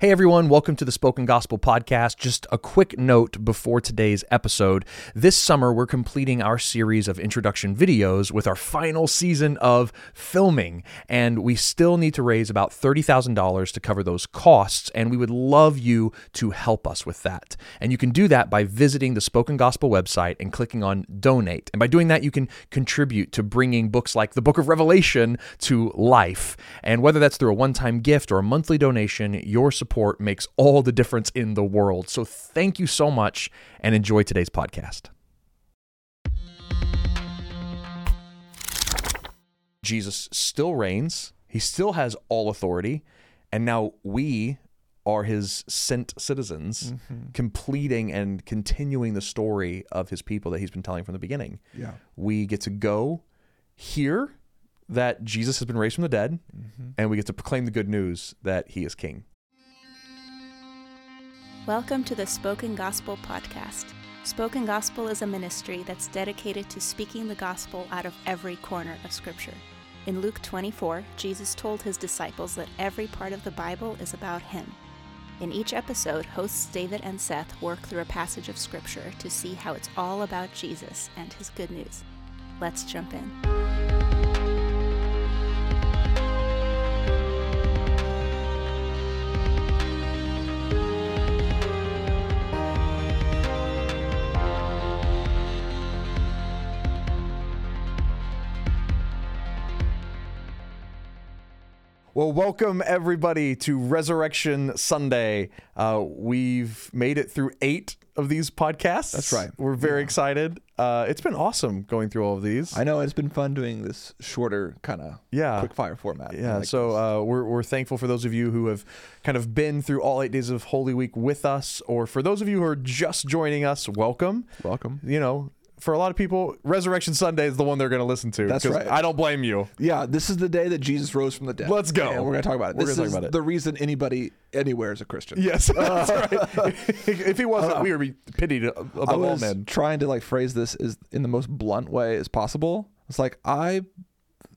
Hey everyone, welcome to the Spoken Gospel Podcast. Just a quick note before today's episode. This summer, we're completing our series of introduction videos with our final season of filming, and we still need to raise about $30,000 to cover those costs, and we would love you to help us with that. And you can do that by visiting the Spoken Gospel website and clicking on donate. And by doing that, you can contribute to bringing books like the Book of Revelation to life. And whether that's through a one time gift or a monthly donation, your support makes all the difference in the world. So thank you so much and enjoy today's podcast. Jesus still reigns, he still has all authority, and now we are his sent citizens, Mm-hmm. completing and continuing the story of his people that he's been telling from the beginning. Yeah. We get to go hear that Jesus has been raised from the dead, Mm-hmm. and we get to proclaim the good news that he is king. Welcome to the Spoken Gospel Podcast. Spoken Gospel is a ministry that's dedicated to speaking the gospel out of every corner of Scripture. In Luke 24, Jesus told his disciples that every part of the Bible is about him. In each episode, hosts David and Seth work through a passage of Scripture to see how it's all about Jesus and his good news. Let's jump in. Well, welcome everybody to Resurrection Sunday. Uh, we've made it through eight of these podcasts. That's right. We're very excited. Uh, it's been awesome going through all of these. I know it's been fun doing this shorter kind of Yeah. quick fire format. yeah, Like so this. uh, we're, we're thankful for those of you who have kind of been through all eight days of Holy Week with us, or for those of you who are just joining us, uh, welcome. welcome. You know, for a lot of people, Resurrection Sunday is the one they're going to listen to. That's 'cause right. I don't blame you. Yeah, this is the day that Jesus rose from the dead. Let's go. And we're gonna talk about it. We're This gonna talk is about it. the reason anybody anywhere is a Christian. Yes, that's right. if he wasn't, we would be pitied above Oh, I all was men. trying to like phrase this is in the most blunt way as possible. It's like I,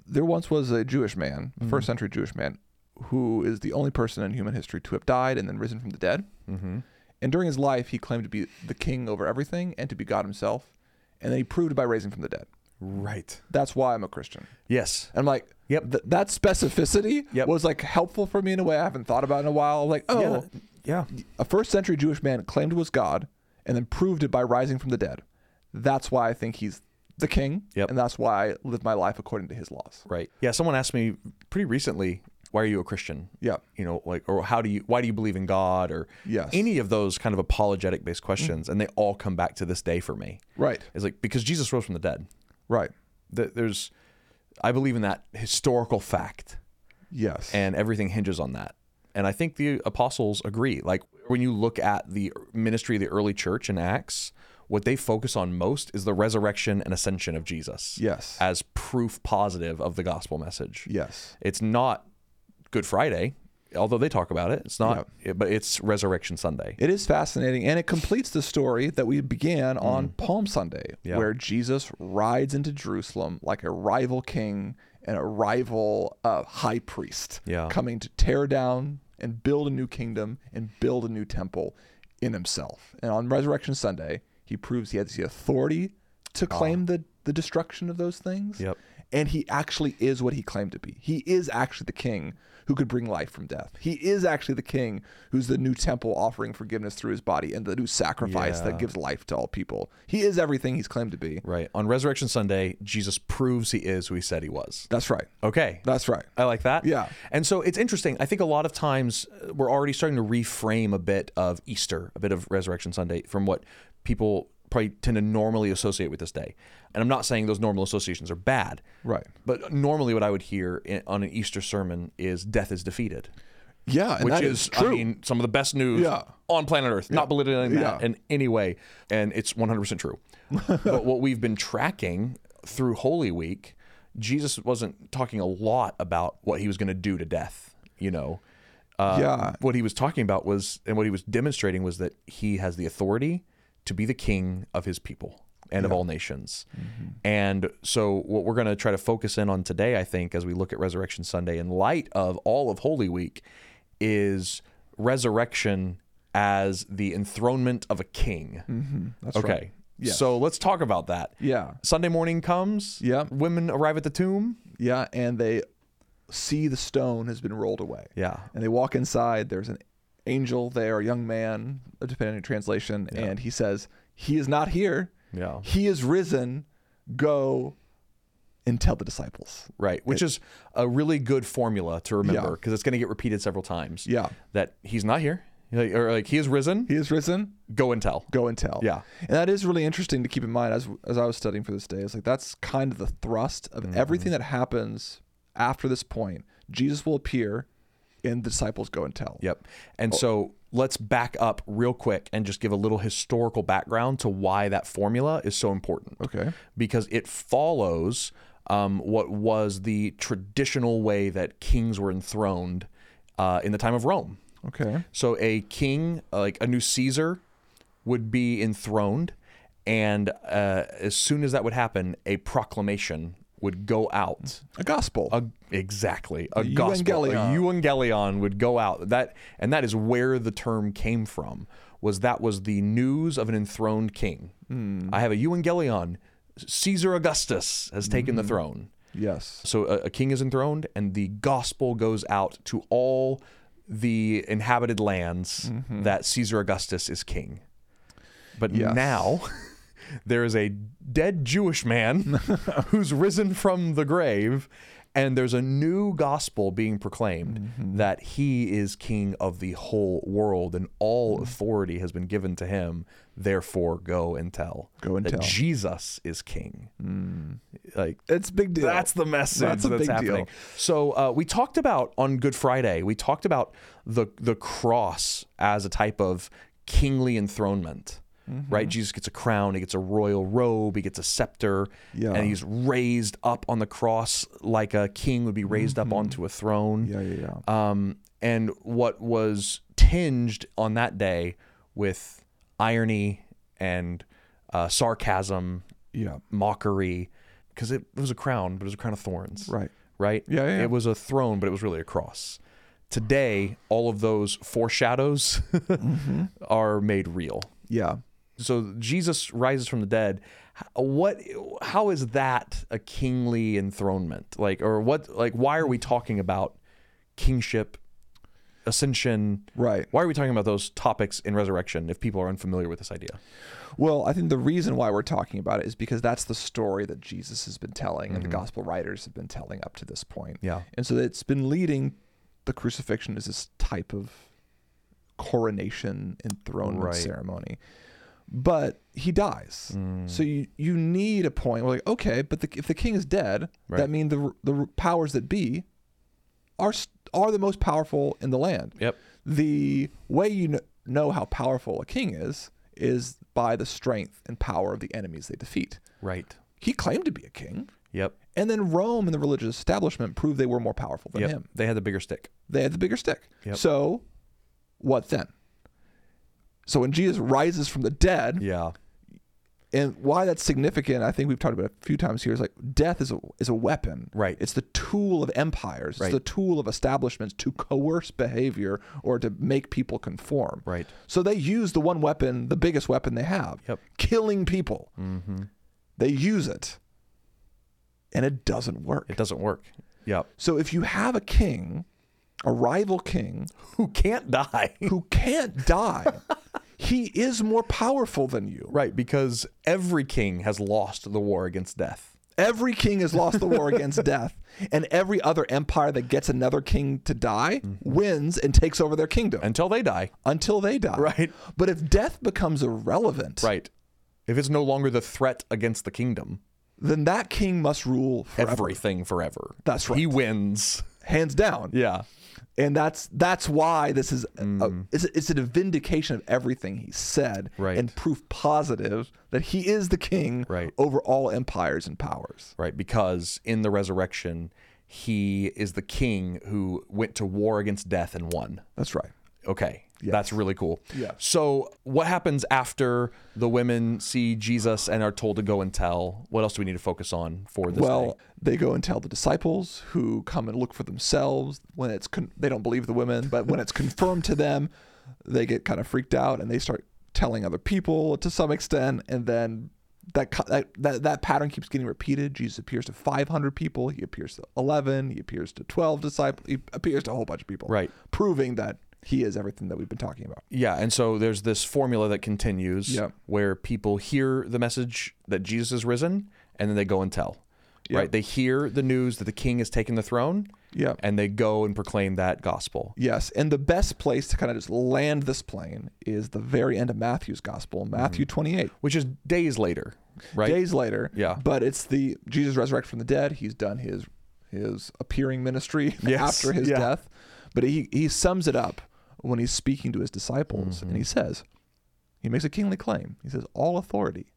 there once was a Jewish man, first Mm-hmm. century Jewish man, who is the only person in human history to have died and then risen from the dead. Mm-hmm. And during his life, he claimed to be the king over everything and to be God himself. And then he proved it by raising from the dead. Right. That's why I'm a Christian. Yes. And I'm like, Yep. th- that specificity Yep. was like helpful for me in a way I haven't thought about in a while. I'm like, oh, Yeah. a first century Jewish man claimed was God and then proved it by rising from the dead. That's why I think he's the king. Yep. And that's why I live my life according to his laws. Right. Yeah. Someone asked me pretty recently, "Why are you a Christian?" Yeah. You know, like, or how do you? Why do you believe in God? Or Yes. any of those kind of apologetic based questions, and they all come back to this day for me. Right. It's like because Jesus rose from the dead. Right. Th- There's, I believe in that historical fact. Yes. and everything hinges on that. And I think the apostles agree. Like when you look at the ministry of the early church in Acts, what they focus on most is the resurrection and ascension of Jesus. Yes. As proof positive of the gospel message. yes. It's not Good Friday, although they talk about it. It's not, it- but it's Resurrection Sunday. It is fascinating. And it completes the story that we began on Palm Sunday, Hmm. Yeah. where Jesus rides into Jerusalem like a rival king and a rival uh, high priest Yeah. coming to tear down and build a new kingdom and build a new temple in himself. And on Resurrection Sunday, he proves he has the authority to claim the, the destruction of those things. Yep. And he actually is what he claimed to be. He is actually the king who could bring life from death. He is actually the king who's the new temple offering forgiveness through his body and the new sacrifice Yeah. that gives life to all people. He is everything he's claimed to be. Right. On Resurrection Sunday, Jesus proves he is who he said he was. That's right. Okay. That's right. I like that. Yeah. And so it's interesting. I think a lot of times uh, we're already starting to reframe a bit of Easter, a bit of Resurrection Sunday from what people probably tend to normally associate with this day. And I'm not saying those normal associations are bad. Right. But normally what I would hear in, on an Easter sermon is death is defeated, Yeah, and which that is, is, true. I mean, some of the best news Yeah. on planet Earth. Not belittling that Yeah. in any way. And it's 100% true. but what we've been tracking through Holy Week, Jesus wasn't talking a lot about what he was going to do to death, you know. Uh, Yeah. What he was talking about was, and what he was demonstrating was that he has the authority to be the king of his people and of all nations. Mm-hmm. And so, what we're going to try to focus in on today, I think, as we look at Resurrection Sunday in light of all of Holy Week, is resurrection as the enthronement of a king. Mm, That's okay. right. Yes. So let's talk about that. Yeah. Sunday morning comes. Yeah. Women arrive at the tomb. Yeah. And they see the stone has been rolled away. Yeah. And they walk inside. There's an angel there, a young man, depending on your translation. And he says, He is not here. Yeah. He is risen. Go and tell the disciples. Right. Which is a really good formula to remember because it's going to get repeated several times. Yeah. That he's not here. Like- or like he is risen. He is risen. Go and tell. Go and tell. Yeah. And that is really interesting to keep in mind as as I was studying for this day. It's like that's kind of the thrust of Mm-hmm. everything that happens after this point. Jesus will appear and the disciples go and tell. Yep. And Oh. so let's back up real quick and just give a little historical background to why that formula is so important. Okay. Because it follows um, what was the traditional way that kings were enthroned uh, in the time of Rome. Okay. So a king, uh, like a new Caesar, would be enthroned, and uh, as soon as that would happen, a proclamation would go out. A gospel. A, exactly, a gospel, a euangelion. euangelion would go out. That and that is where the term came from. Was that was the news of an enthroned king? I have a euangelion. Caesar Augustus has taken the throne. yes. So a, a king is enthroned, and the gospel goes out to all the inhabited lands that Caesar Augustus is king. But Mm-hmm. Yes. now there is a dead Jewish man who's risen from the grave, and there's a new gospel being proclaimed Mm-hmm. that he is king of the whole world, and Mm. all authority has been given to him. Therefore, go and tell Go and that tell. Mm. Jesus is king. Like It's a big deal. that's the message That's that's, a big deal. happening. So uh, we talked about on Good Friday. We talked about the the cross as a type of kingly enthronement. Mm-hmm. Right, Jesus gets a crown, he gets a royal robe, he gets a scepter, Yeah. and he's raised up on the cross like a king would be raised up onto a throne. Mm-hmm. yeah, yeah, yeah. Um, and what was tinged on that day with irony and uh, sarcasm yeah. mockery because it was a crown, but it was a crown of thorns. Right. Right? Yeah, yeah, yeah. It was a throne, but it was really a cross. Today, all of those foreshadows are made real. Yeah. So Jesus rises from the dead. H- What how is that a kingly enthronement? Like or what like why are we talking about kingship, ascension? Right. Why are we talking about those topics in resurrection if people are unfamiliar with this idea? Well, I think the reason why we're talking about it is because that's the story that Jesus has been telling and the gospel writers have been telling up to this point. Mm-hmm. Yeah. And so it's been leading the crucifixion is this type of coronation enthronement Right. ceremony. But he dies. Mm. So you, you need a point where like okay, but the, if the king is dead, Right. that means the the powers that be are s- are the most powerful in the land Yep. the way you kn- know how powerful a king is is by the strength and power of the enemies they defeat. Right. He claimed to be a king, Yep. and then Rome and the religious establishment proved they were more powerful than Yep. him. They had the bigger stick. They had the bigger stick. Yep. So, what then? So when Jesus rises from the dead, Yeah. and why that's significant, I think we've talked about it a few times here is like death is a, is a weapon. Right. It's the tool of empires. It's Right. the tool of establishments to coerce behavior or to make people conform. Right. So they use the one weapon, the biggest weapon they have, Yep. killing people. Mm-hmm. They use it, and it doesn't work. It doesn't work. Yeah. so if you have a king, a rival king Who can't die? who can't die, he is more powerful than you. Right, because every king has lost the war against death. Every king has lost the war against death, and every other empire that gets another king to die Mm-hmm. wins and takes over their kingdom Until they die. until they die. Right. But if death becomes irrelevant, Right. If it's no longer the threat against the kingdom, then that king must rule forever, everything forever. That's He right. wins. hands down. Yeah. And that's that's why this is a, it's, a, it's a vindication of everything he said Mm. Right. and proof positive that he is the king Right. over all empires and powers. Right, because in the resurrection, he is the king who went to war against death and won. That's right. Okay. That's really cool. Yeah. So, what happens after the women see Jesus and are told to go and tell? What else do we need to focus on for this? well, thing? they go and tell the disciples who come and look for themselves. When it's con- they don't believe the women, but when it's confirmed to them, they get kind of freaked out and they start telling other people to some extent. And then that co- that that, that pattern keeps getting repeated. Jesus appears to 500 people. He appears to 11. He appears to 12 disciples. He appears to a whole bunch of people. Right. proving that he is everything that we've been talking about. Yeah, and so there's this formula that continues Yep. where people hear the message that Jesus is risen and then they go and tell. Yep. Right? They hear the news that the king has taken the throne Yeah. and they go and proclaim that gospel. Yes, and the best place to kind of just land this plane is the very end of Matthew's gospel, Matthew Mm-hmm. 28. Which is days later, right? Days later, Yeah. but it's the Jesus resurrected from the dead. He's done his his appearing ministry Yes, after his yeah. death, but he he sums it up when he's speaking to his disciples, Mm-hmm. and he says, he makes a kingly claim. He says, "All authority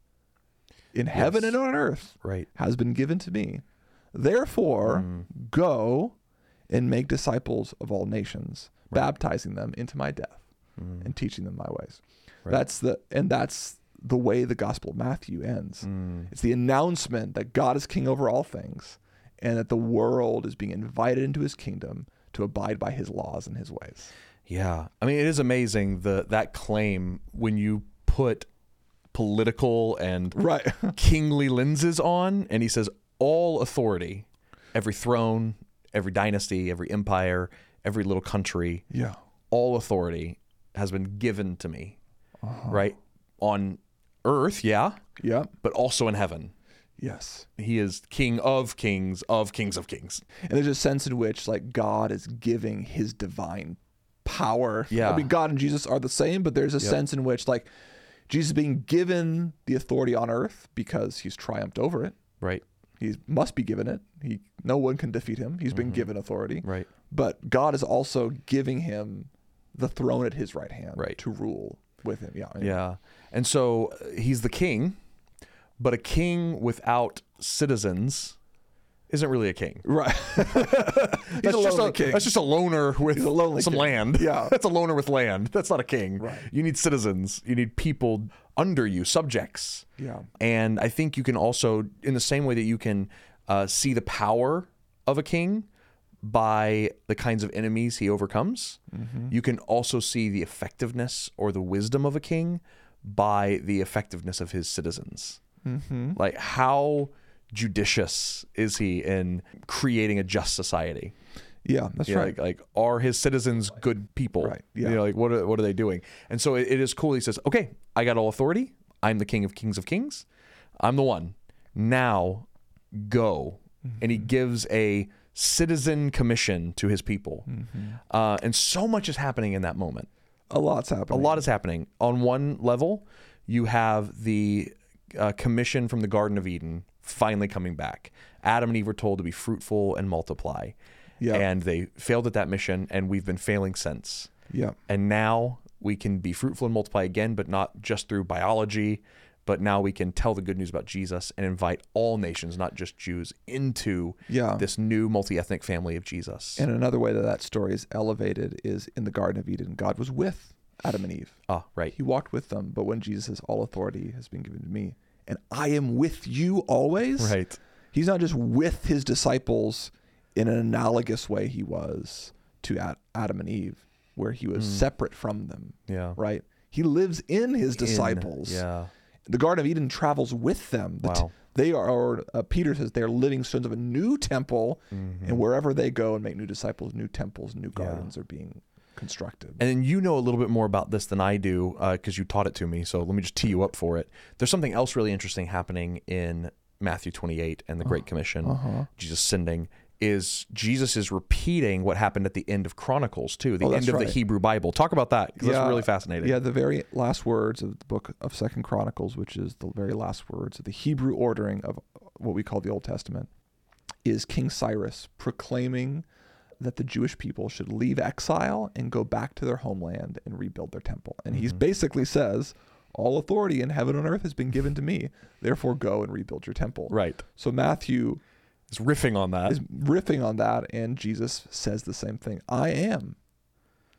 in heaven Yes. and on earth Right. has been given to me. Therefore, go and make disciples of all nations, baptizing them into my death and teaching them my ways. Right. That's the and that's the way the gospel of Matthew ends. It's the announcement that God is king over all things and that the world is being invited into his kingdom to abide by his laws and his ways. Yeah. I mean, it is amazing the that claim when you put political and Right. kingly lenses on and he says all authority, every throne, every dynasty, every empire, every little country yeah. all authority has been given to me, Uh-huh. right? On earth, yeah, Yeah. but also in heaven. Yes. He is king of kings, of kings of kings. And there's a sense in which like God is giving his divine power. Yeah. I mean God and Jesus are the same, but there's a sense in which like Jesus is being given the authority on earth because he's triumphed over it. Right, He must be given it. He no one can defeat him. He's been given authority. Mm-hmm. right. But God is also giving him the throne at his right hand Right. to rule with him. Yeah. Yeah. And so uh, he's the king, but a king without citizens isn't really a king. Right. That's a just lonely a king. that's just a loner with a lonely some king. land. Yeah. that's a loner with land. That's not a king. Right. You need citizens. You need people under you, subjects. Yeah. And I think you can also, in the same way that you can uh, see the power of a king by the kinds of enemies he overcomes, you can also see the effectiveness or the wisdom of a king by the effectiveness of his citizens. Like, how judicious is he in creating a just society? yeah, that's Yeah, Like, right. like, are his citizens good people? Right, yeah. You know, like, what are, what are they doing? And so it, it is cool. He says, okay, I got all authority. I'm the king of kings of kings. I'm the one. Now go. And he Mm-hmm. gives a citizen commission to his people. Mm-hmm. Uh, and so much is happening in that moment. a lot's A happening. lot is happening. On one level, you have the uh, commission from the Garden of Eden finally coming back. Adam and Eve were told to be fruitful and multiply. Yeah. And they failed at that mission, and we've been failing since. Yeah. And now we can be fruitful and multiply again, but not just through biology, but now we can tell the good news about Jesus and invite all nations, not just Jews, into Yeah. this new multi ethnic family of Jesus. And another way that that story is elevated is in the Garden of Eden, God was with Adam and Eve. ah, right. He walked with them, but when Jesus says, All authority has been given to me, and I am with you always, Right. he's not just with his disciples in an analogous way he was to Ad- Adam and Eve, where he Hmm. was separate from them, Yeah. right? He lives in his disciples. yeah. The Garden of Eden travels with them. The t- Wow. they are, or, uh, Peter says, they're living stones of a new temple, and wherever they go and make new disciples, new temples, new gardens are being constructed. And then you know a little bit more about this than I do because you taught it to me. So let me just tee you up for it. There's something else really interesting happening in Matthew 28 and the Great Uh-huh. Commission, Jesus sending. Is Jesus is repeating what happened at the end of Chronicles too, the Oh, that's end of the right. Hebrew Bible. Talk about that because that's really fascinating. Yeah, the very last words of the book of Second Chronicles, which is the very last words of the Hebrew ordering of uh, what we call the Old Testament, is King Cyrus proclaiming that the Jewish people should leave exile and go back to their homeland and rebuild their temple. And Mm-hmm. he's basically says, all authority in heaven and earth has been given to me. Therefore go and rebuild your temple. Right. So Matthew It's riffing on that. is riffing on that and Jesus says the same thing. I am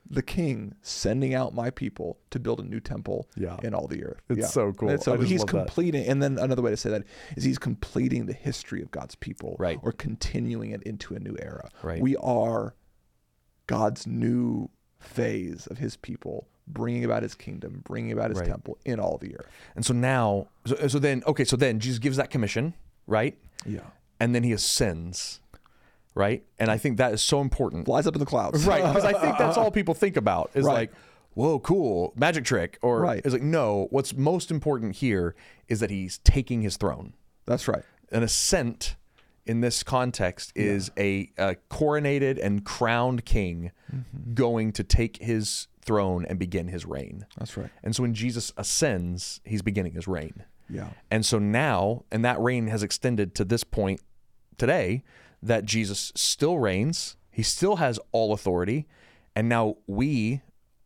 the king sending out my people to build a new temple Yeah. in all the earth. It's so cool. It's so I just he's love that. completing and then another way to say that is he's completing the history of God's people Right. or continuing it into a new era. Right. We are God's new phase of his people bringing about his kingdom, bringing about his Right. temple in all the earth. And so now, so, so then, okay, so then Jesus gives that commission, right? Yeah. And then he ascends, right? And I think that is so important. Flies up in the clouds. Right. Because I think that's all people think about is Right. like, whoa, cool, magic trick. Or Right. it's like, no, what's most important here is that he's taking his throne. That's right. An ascent in this context is a, a coronated and crowned king Mm-hmm. going to take his throne and begin his reign. That's right. And so when Jesus ascends, he's beginning his reign. Yeah. And so now, and that reign has extended to this point today, that Jesus still reigns. He still has all authority. And now we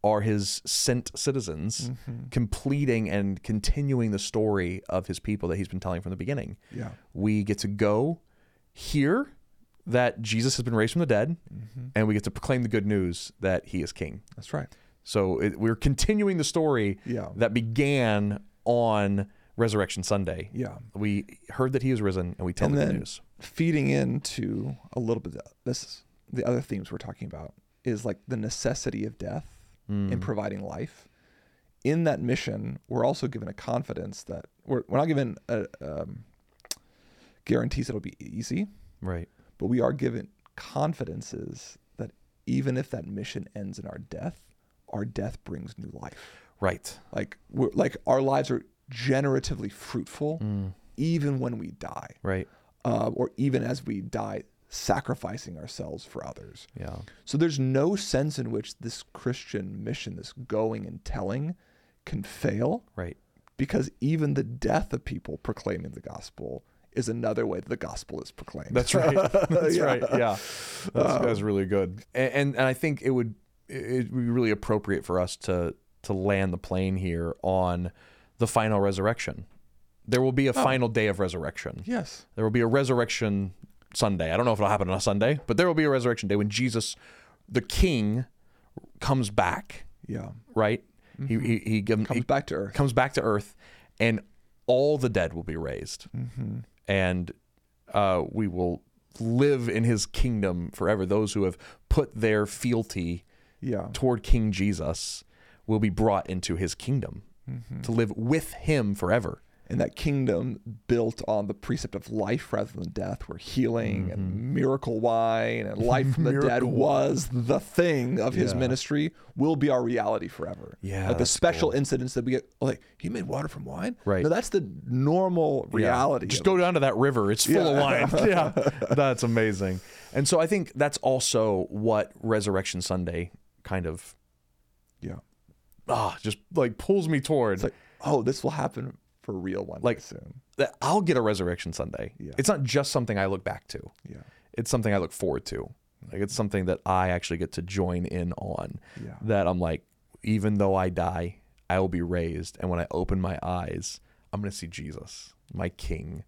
are his sent citizens, completing and continuing the story of his people that he's been telling from the beginning. Yeah. We get to go hear that Jesus has been raised from the dead, and we get to proclaim the good news that he is king. That's right. So it, we're continuing the story Yeah. that began on Resurrection Sunday. Yeah. We heard that he was risen and we tell and the good then news. feeding into a little bit of this is the other themes we're talking about is like the necessity of death in providing life in that mission we're also given a confidence that we're, we're not given a, um, guarantees it'll be easy Right. but we are given confidences that even if that mission ends in our death our death brings new life Right. like we're like our lives are generatively fruitful even when we die Right. uh, or even as we die, sacrificing ourselves for others. Yeah. So there's no sense in which this Christian mission, this going and telling, can fail Right. because even the death of people proclaiming the gospel is another way that the gospel is proclaimed. That's right. That's right. Yeah. That's, Um, that's really good. And, and and I think it would it would be really appropriate for us to to land the plane here on the final resurrection. There will Oh. be a final day of resurrection. Yes. There will be a resurrection Sunday. I don't know if it'll happen on a Sunday, but there will be a resurrection day when Jesus, the King, comes back. Yeah. Right? He he he, give- Mm-hmm. Comes he back to earth. comes back to Earth, and all the dead will be raised, Mm-hmm. and uh, we will live in His kingdom forever. Those who have put their fealty Yeah. toward King Jesus will be brought into His kingdom Mm-hmm. to live with Him forever. And that kingdom built on the precept of life rather than death, where healing and miracle wine and life from the dead Mm-hmm. Miracle was the thing of his Yeah. ministry, will be our reality forever. Yeah, Like the that's special incidents that we get, like, he made water from wine? Right. No, that's the normal reality. Just of go down to that river. It's full of wine. yeah. That's amazing. And so I think that's also what Resurrection Sunday kind of it. Yeah. ah just like pulls me toward It's like, oh, this will happen for real one Like- day soon. that I'll get a resurrection Sunday. Yeah. It's not just something I look back to. Yeah. It's something I look forward to. Like it's something that I actually get to join in on. Yeah. That I'm like, even though I die, I will be raised. And when I open my eyes, I'm gonna see Jesus, my King,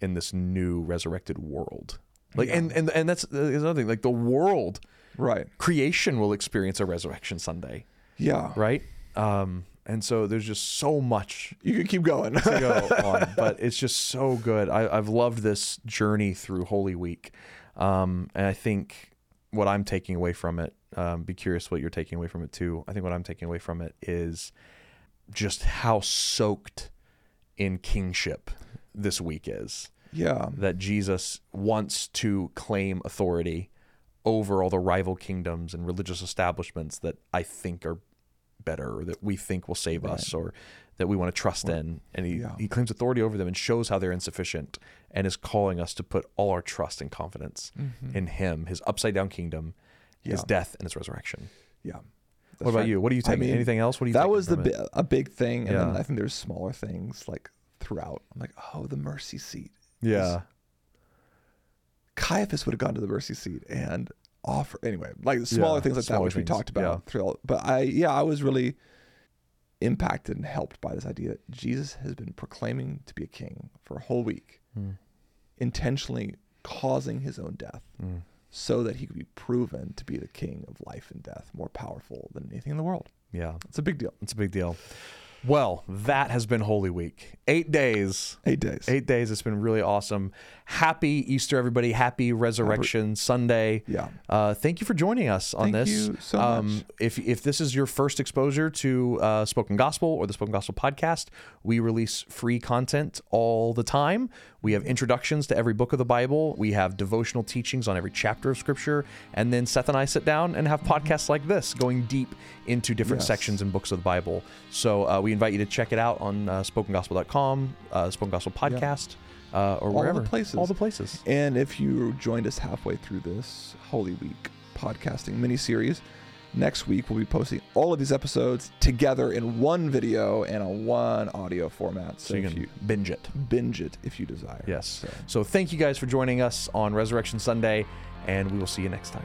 in this new resurrected world. Like and, and and that's uh, is another thing. Like the world Right. creation will experience a resurrection Sunday, Yeah. right? Um, and so there's just so much You can keep going. to go on, but it's just so good. I, I've loved this journey through Holy Week, um, and I think what I'm taking away from it. Um, be curious what you're taking away from it too. I think what I'm taking away from it is just how soaked in kingship this week is. yeah. That Jesus wants to claim authority over all the rival kingdoms and religious establishments that I think are better or that we think will save us or that we want to trust in. And he, yeah. he claims authority over them and shows how they're insufficient and is calling us to put all our trust and confidence in him, his upside down kingdom, his Mm-hmm. Yeah. death and his resurrection. Yeah. what That's about right. you? What do you I take? mean, Anything else? What do you that taking was the from bi- it? a big thing, and then Yeah. I think there's smaller things like throughout. I'm like, oh, the mercy seat. Yeah. Caiaphas would have gone to the mercy seat and offer anyway, like smaller Yeah, things like that, smaller which we things, talked about throughout. But I, yeah, I was really impacted and helped by this idea that Jesus has been proclaiming to be a Hmm. Hmm. king for a whole week, intentionally causing his own death so that he could be proven to be the king of life and death, more powerful than anything in the world. Yeah, It's a big deal. it's a big deal. Well, that has been Holy Week. Eight days. Eight days. Eight days. It's been really awesome. Happy Easter, everybody. Happy Resurrection Sunday. Yeah. Uh, thank you for joining us on Thank this. Um, you so much. If if this is your first exposure to uh, spoken gospel or the spoken gospel podcast, we release free content all the time. We have introductions to every book of the Bible. We have devotional teachings on every chapter of Scripture, and then Seth and I sit down and have podcasts like this, going deep into different Yes. sections and books of the Bible. So uh, we invite you to check it out on uh, spokengospel.com, uh, spoken gospel podcast, uh, or the wherever places. All the places. And if you joined us halfway through this Holy Week podcasting miniseries, next week we'll be posting all of these episodes together in one video and on one audio format. So, So you if can you binge it. binge it if you desire. Yes. So- So thank you guys for joining us on Resurrection Sunday, and we will see you next time.